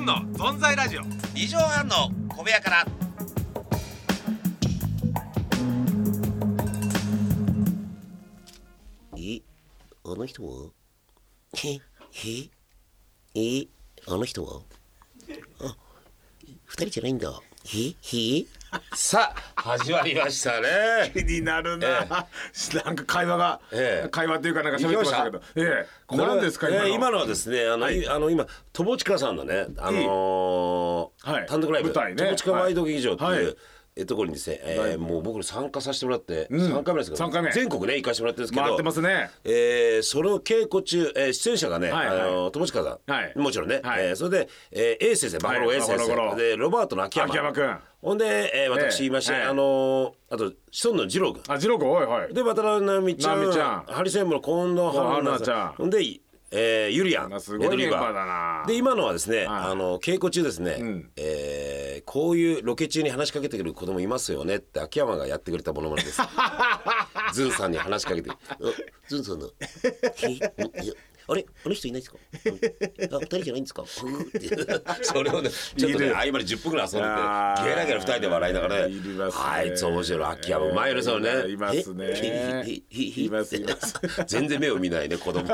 の存在ラジオ二畳半の小部屋からえあの人はえええあの人はあ二人じゃないんだええさあ始まりましたね気になるな、え なんか会話が、ええ会話というかなんか喋ってましたけどええこれは何ですかえ今の,、ー今のはですねあの、い、あの今友近さんのねあのーはい単独ライブ舞台ね友近ワイド劇場っていう、はいはいえところにですね、えーもう僕ら参加させてもらって、ん3回目ですけど三回目全国ね行かせてもらってるんですけど回ってますねえーその稽古中、えー出演者がね、はいはいあの友近さん、はいもちろんね、はいえーそれで、えー、A 先生バカローはい A 先バカロ生ーでロバートの秋山秋山君ほんで、えー私え言えいまして、ええあのーあと子孫の二郎君あ次郎君おいはいで渡辺直美ちゃん直美ちゃんハリセンボンの近藤春菜近藤春菜さちんほんで、えー、ゆりやんあすごいメンバーだなで今のはですね、はいあの稽古中ですね、んえーこういうロケ中に話しかけてくる子供いますよねって秋山がやってくれたものまねです ズンさんに話しかけて あズンさんだえいやあれあの人いないですかうんあ二人じゃないんですかうんってそれをねちょっとね合間に10分ぐらい遊んでてゲあーラゲラ二人で笑いながらねいりますねあいつ面白い秋山うまいよねそえれえいねますねええええい ますいます全然目を見ないね子供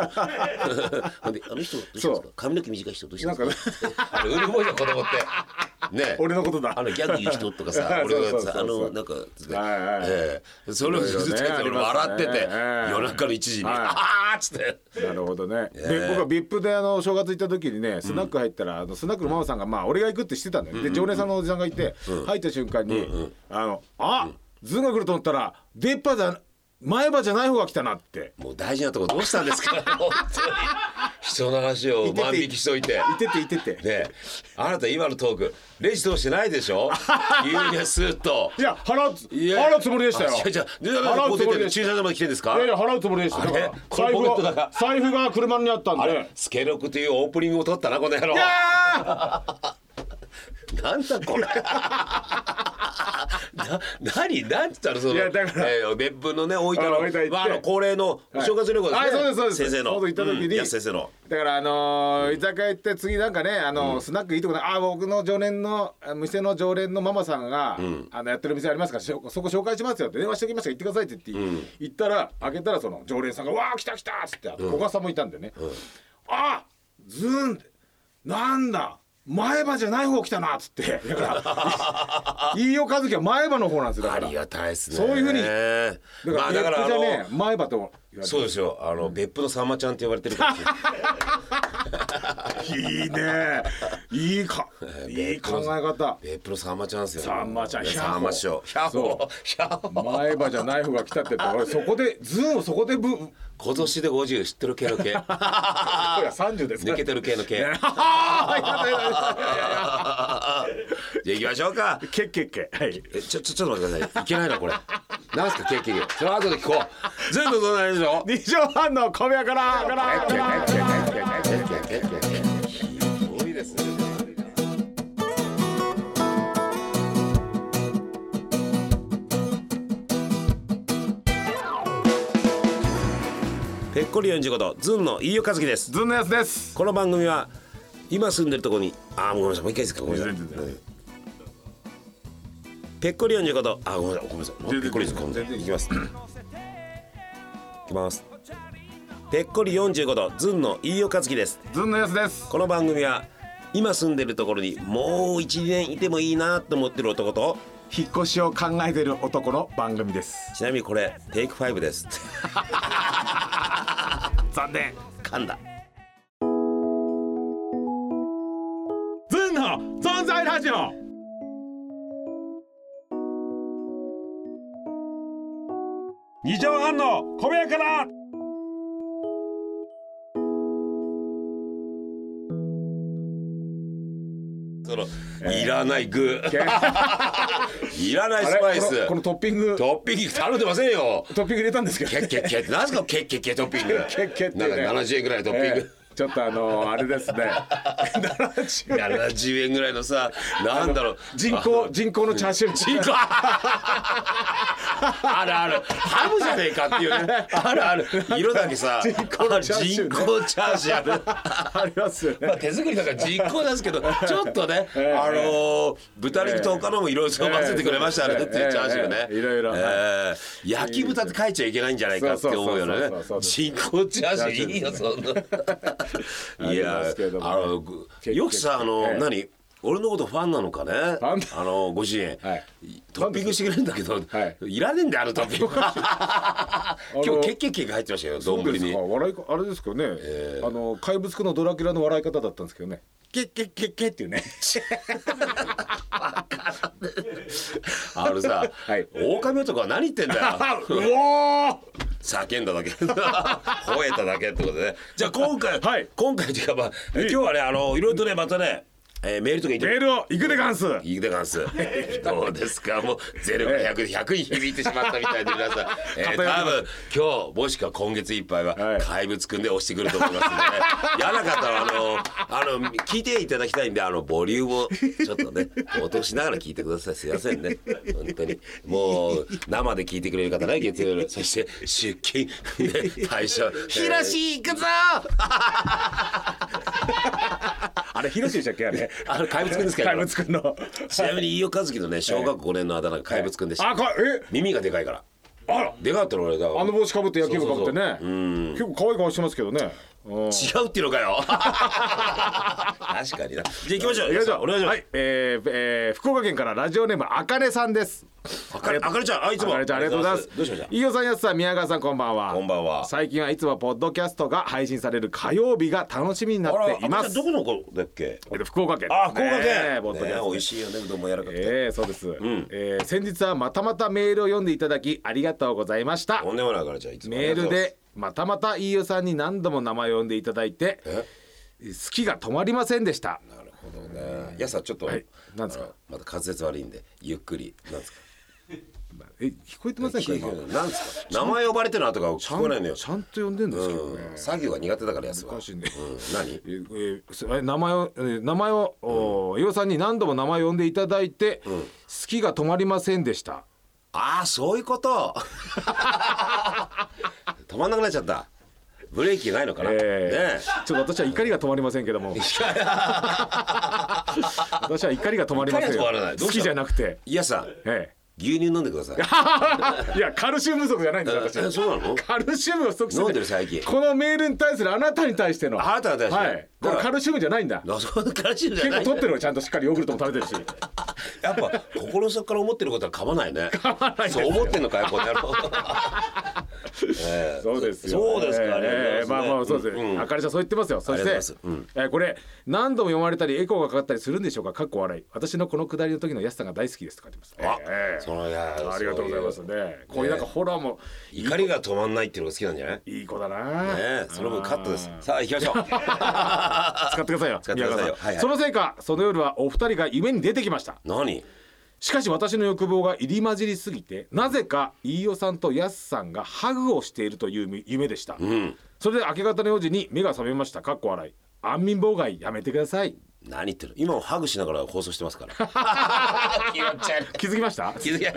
ほんであの人はどうしたんですそか髪の毛短い人どうしたんですかあれ売り物じゃん子供ってね俺のことだあのギャグ言う人とか さ俺がさあのなんかはいはいええそれをいろいろねずっとやってあり俺ますね笑ってて、ええ夜中の1時に「はいああ!」っつってなるほどね。で僕はビップであの正月行った時にねスナック入ったら、あのスナックのママさんがまあ俺が行くってしてたんだよ。で常連さんのおじさんがいて、入った瞬間に、あのあ、ズンが来ると思ったら出っ歯じゃ前歯じゃない方が来たなって。もう大事なとこどうしたんですか本当に人の話を万引きしといて。いてていてて。ねえあなた今のトークレジ通してないでしょ急にねスーッといや払うついや払うつもりでしたよ。あ違う違うでだから払こううつ出てもりるでし駐た。車場まで来てるんですかいやいや払うつもりでした。あだれからこれ財布ポケットだからが財布が車にあったんあでれ。スケロクというオープニングを撮ったなこの野郎なんだ これ な何なんつったのそのいやだからえー別府のね大分あの大分行ってまああの恒例のお正月旅行はいあそうですそうでですすね先生のそう行った時にうんいや先生のだからあのー居酒屋行って次なんかねあのースナックいいとこだあー僕の常連のあ店の常連のママさんが、あのやってる店ありますからしょそこ紹介しますよって電話しておきました行ってくださいって言って、行ったら開けたらその常連さんが「わあ来た来た!」っつってあと古賀さんもいたんでね「あズンなんだ前歯じゃない方来たな」っつって だから飯尾和樹は前歯の方なんですよだあからりがたいですねそういうふうににまあだだかかららあ別府じゃのね前歯と言われてそうですよあの別府のさんまちゃんって呼ばれてるからいいね。いいか。いい考え方。別府のさんまちゃんですよさんまちゃんね百歩さんま師匠百歩百歩前歯じゃない方が来たって言って俺そこでズーンをそこでぶい今年で50知ってる系の 系や三十ですか抜らけてる系の系じね ゃあーやだやだやだやあ行きましょうかだけっけっけはいえちょちょちょっと待ってくださいいけないなこれなんすかケーキその後で聞こう全部どうないでしょ二畳半の小部屋からからから多いですねぺっこり45度ズンの飯尾和樹ですズーンのやつですこの番組は今住んでるところにあーごめんなさいもう一回いいですかごめんなさい全然全然ペッコリ45度あーごめんなさいごめんなさいもうペッコリですごめんなさいいきますいきますペッコリ45度ズンの飯尾和樹ですズーンのやつですこの番組は今住んでるところにもう1年いてもいいなと思ってる男と引っ越しを考えてる男の番組ですちなみにこれテイク5です残念噛んだズーンの存在ラジオ2畳半の小部屋からその、いらない具いらないスパイこのスこのトッピングトトッピング頼んでませんよッピング入れたんですけどケッケッケッ何すかケッケッケトッピングケッケッケねなんか70円ぐらいのトッピング、ちょっとあのあれですね70 70円ぐらいのさなんだろう人工人工のチャーシュー人工あるあるハムじゃねえかっていうねあるある色だけさ人工のチャーシューね人工チャーシューあるありますよねまあ手作りだから実行ですけどちょっとね、あのー豚肉と他のもいろいろ混ぜてくれましたね、ええっていうチャーシューね、ええいろいろええ焼き豚って書いちゃいけないんじゃないかって思うよねそうそうそうそう人工チャーシューいいよそんないやありますけどもあのぐよくさあの、ええ何俺のことファンなのかねァンなあのご主人、はいトッピングしてくれるんだけど、はいい、らねえんだよあのトッピング今の日ケッケッケッが入ってましたよ丼そうですにか笑いかあれですけどね、あの怪物区のドラキュラの笑い方だったんですけどねケッケッケッケッっていうねあのさ、はい狼男は何言ってんだよ うお叫んだだけ 吠えただけってことでねじゃあ今回、はい今回っていうかまあ今日はねあのいろいろとねまたね、えーメールとかいってメールをいくでガンスいいでガン スどうですかもうゼロが100で100に響いてしまったみたいで皆 さん、えー、偏って多ま分今日もしくは今月いっぱいははい怪物くんで押してくると思います ので、ね、嫌な方はあのあの聞いていただきたいんであのボリュームをちょっとね落としながら聞いてくださいすいませんね本当にもう生で聞いてくれる方ね月曜日そして出勤ね会社 ひろし行くぞあれヒロシでしたっけあれあの怪物くんですか怪ら物くんのちなみに飯尾和樹のね小学5年のあだ名が怪物くんでした、あかえ耳がでかいからあらでかかったの俺だからあの帽子かぶって野球部かぶそってうね結構可愛い顔してますけどねうん違うっていうのかよ確かになじゃあ行きましょう行きましょうお願いしまはすい、えーえー福岡県からラジオネームあかねさんですあかりあかりちゃんあいつあもかねちゃんありがとうございますどうしました飯尾さんやすさん宮川さんこんばんはこんばんは最近はいつもポッドキャストが配信される火曜日が楽しみになあらっていまあかりすちゃんどこの子だっけえっと福岡県あ福岡ねえポッド県ねキャスト美味しいよねうどんも柔らかくてええそうです、んえー先日はまたまたメールを読んでいただきありがとうございましたとんでもないあかりちゃんいつもありがメーとうルございでまたまた飯尾さんに何度も名前を呼んでいただいてえ好きが止まりませんでしたますなるほどねいやさちょっとはいなんですかあのまた滑舌悪いんでゆっくりなんですかえ聞こえてませんか聞いて今るのなんですか名前呼ばれてる後が聞こえないのよちゃんと呼んでんですけどね、うん作業が苦手だから安はおかしいねうん何ええすえ名前をえー名前を、お飯尾さんに何度も名前を呼んでいただいて、好きが止まりませんでしたああそういうこと 止まんなくなっちゃったブレーキないのかな、えねーちょっと私は怒りが止まりませんけども私は怒りが止まりません怒りが止よまらないど好うしたのきじゃなくて、いやさん え牛乳飲んでくださいえ、いやカルシウム不足じゃないんですよ私えそうなのカルシウム不足してて飲んでる最近このメールに対するあなたに対してのあなたに対してはいこれカルシウムじゃないんだあそういう感じじゃ結な構い取ってるよちゃんとしっかりヨーグルトも食べてるしやっぱ心の底から思ってることは噛まないねまないですそう思ってんのかよこの野郎ええそうですよそうですかありがとうございえまえすまあまあそうですねあかりちゃんそう言ってますよそあしりがとてうございますえーこれ何度も読まれたりエコーがかかったりするんでしょうかかっこ笑い私のこの下りの時の安さんが大好きですとか言ってあますええそのいやありがとうございますそうね。こういうなんかホラーもいう怒りが止まんないっていうのが好きなんじゃないねいい子だな。えその分カットですさあ行きましょう使ってくださいよ。使ってくださいよは宮川んいはいそのせいか、その夜はお二人が夢に出てきました。何しかし私の欲望が入り混じりすぎて、なぜか飯尾さんとやすさんがハグをしているという夢でした。うんそれで明け方の4時に目が覚めました。かっこ笑い。安眠妨害やめてください。何言ってる今もハグしながら放送してますから気持ち 悪い 気づきました？気づけ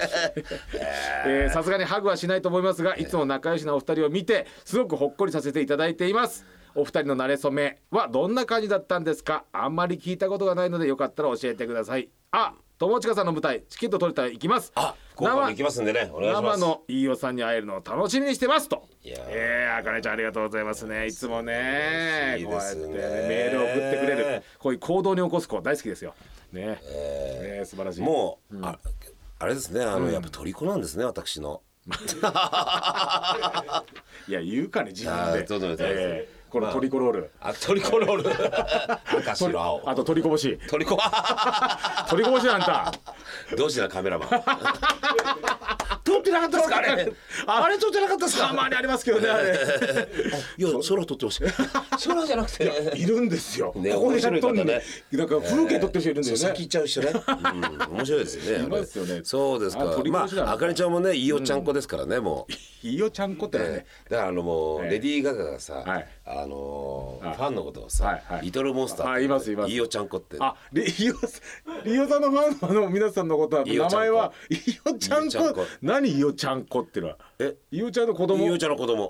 えーさすがにハグはしないと思いますがいつも仲良しなお二人を見てすごくほっこりさせていただいていますお二人の馴れ初めはどんな感じだったんですかあんまり聞いたことがないのでよかったら教えてくださいあ友近さんの舞台チケット取れたら行きますあ、福岡も行きますんでね、お願いしま生す。の飯尾さんに会えるのを楽しみにしてますといやーえーあかねちゃんありがとうございますねいつもね嬉しいこでうやってすねねメールを送ってくれるこういう行動に起こす子大好きですよねえ素晴らしいもう、あ、あれですね、あの、やっぱ虜なんですね、私の。いや言うかね自あ分ーでそうそうそうえーこのトリコロールあ、虜ロー ル。赤白青。あと取りこぼし虜。取りこぼしだあんた どうしたカメ ラマン。撮ってなかったですか、あれ。あれ撮ってなかったですたまか。にありますけどねあれ いや、空撮ってほしい。 空じゃなくて。いるんですよ、ねここでやっとんのに面白いなんか風景撮ってる人いるんだそうよ先ね行っちゃう人ね。うん、面白いですよね。いますよねあれそうですか。あ虜まじゃんあ、あかねちゃんもね、いおちゃん子ですからね、もう。ひよちゃんこってのはねだからあのもう、ええレディー・ガガがさ、はいああのーはいファンのことをさ、はいはいリトルモンスターあいますいます飯尾ちゃんこってあ、リオさん、リオさんのファンのあの皆さんのことはリ名オちゃんこ前はイオちゃんリオちゃんここ。何イオちゃんこってのは。えイオちゃんの子飯供尾。ちゃんの子 供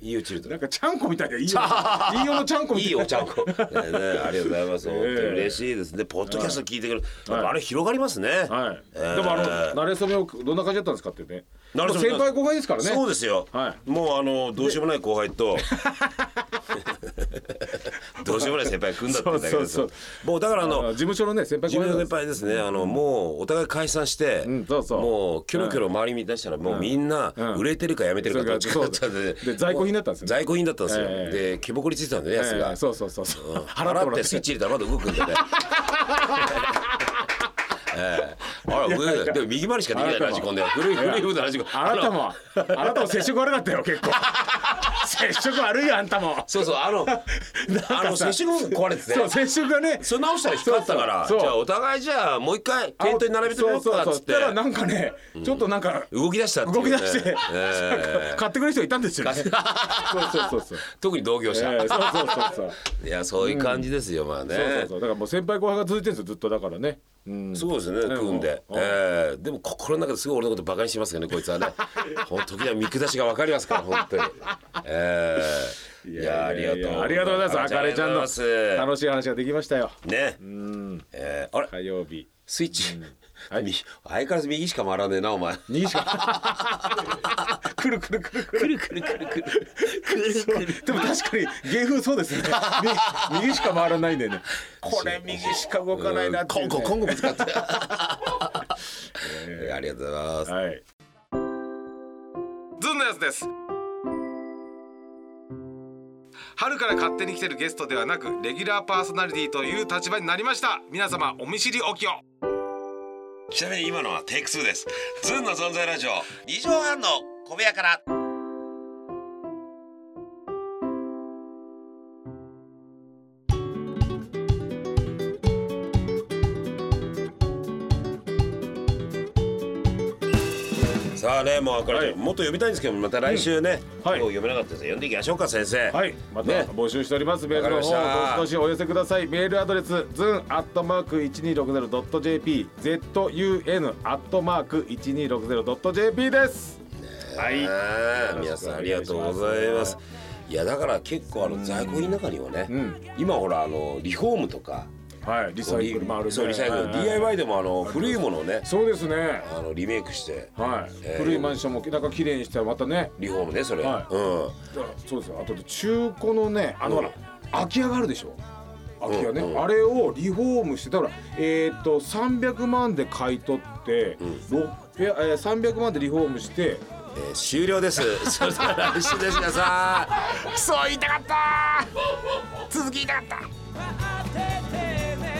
飯尾チルドレなンんかちゃんこみたいな。イオ。イオのちゃんこみいたいいな。おちゃんこ、ねえねえありがとうございます、本当に嬉しいですねポッドキャスト聞いてくる、やっぱあれ広がりますね、はい。えーでもあの慣れ初めをどんな感じだったんですかってね。馴れ初め先輩後輩ですからね。そうですよ、はもうあのどうしようもない後輩 とどうしようもない先輩組んだってんだけどそうそうもうだからああのの事務所のね先輩自後分輩のなんで先す。輩ですねあのもうお互い解散して、うんそうそうもうキョロキョロ周りに出したらもうみんなうん売れてるかやめてるかどっちかだったんで,、そうで在庫品だったんですよね在庫品だったんですよ、ええで毛ぼこりついてたんでねやつえが、ーそうそうそうそう。払って払もっらってて。スイッチ入れたらまだ動くんで ね。ええあらいやいや上でも右回りしかできないラジコンで古い古い風なラジコンあなたのもあなたも接触悪かったよ 結構。接触悪いよあんたも。そうそうあのあの接触部壊れててそう接触がね。それ直したら光ったからそうそじうそうゃあお互いじゃあもう一回店頭に並べてみようかっそうそうつそうっしてたらなんかね、ちょっとなんか動き出したっていう動ねき出して、 ええ買ってくれる人いたんですよね。そうそうそうそう。特に同業え者え そうそうそうそう。いやそういう感じですよまあねそうそうそう。だからもう先輩後輩が続いてるんですよずっとだからね。うん。そうですね、組んで、うんえーでも心の中ですごい俺のことバカにしてますよねこいつは ねほんと時には見下しが分かりますから本当にえーいやありがとうありがとうございます。あかれちゃんの楽しい話ができましたよ。ねえーあれ火曜日。スイッチ、はいみ相変わらず右しか回らねえなお前にしか。 くるくるくるくるくるくるくるくるでも確かに芸風そうですね。み右しか回らないんだよね。これ右しか動かないな っていう今ね。後今後ぶつかってえーありがとうございますはい。ズンのやつです春から勝手に来てるゲストではなくレギュラーパーソナリティという立場になりました皆様お見知りおきをちなみに今のはテイク2ですズンの存在ラジオ二畳半の小部屋からさあねもうあかりちゃん、はいもっと呼びたいんですけどまた来週ね、うんはい今日呼べなかったですが呼んでいきましょうか先生はい、またね募集しております。メールの方、わかりましたどしどしお寄せください。メールアドレス、ズンアットマーク一二六ゼロドット JP、Z U N アットマーク一二六ゼロドット JP です。はいね皆さんありがとうございますいやだから結構あの在庫の中にはね、ん今ほらあのリフォームとかはい、リサイクルもあるねそうリサイクル、はい DIY でもあの古いものをねそうですね。あのリメイクしてはい、えー古いマンションもなんか綺麗にしたらまたね。リフォームねそれ、はうそうですよ。あと中古のね、あのほら、うん空き家があるでしょ。空き家ね、うんうんあれをリフォームしてだからえーっと300万で買い取って、ろっぺえー300万でリフォームしてん、えー終了 ですそれでは来週です皆さんそう言いたかった続き言いたかった当ててね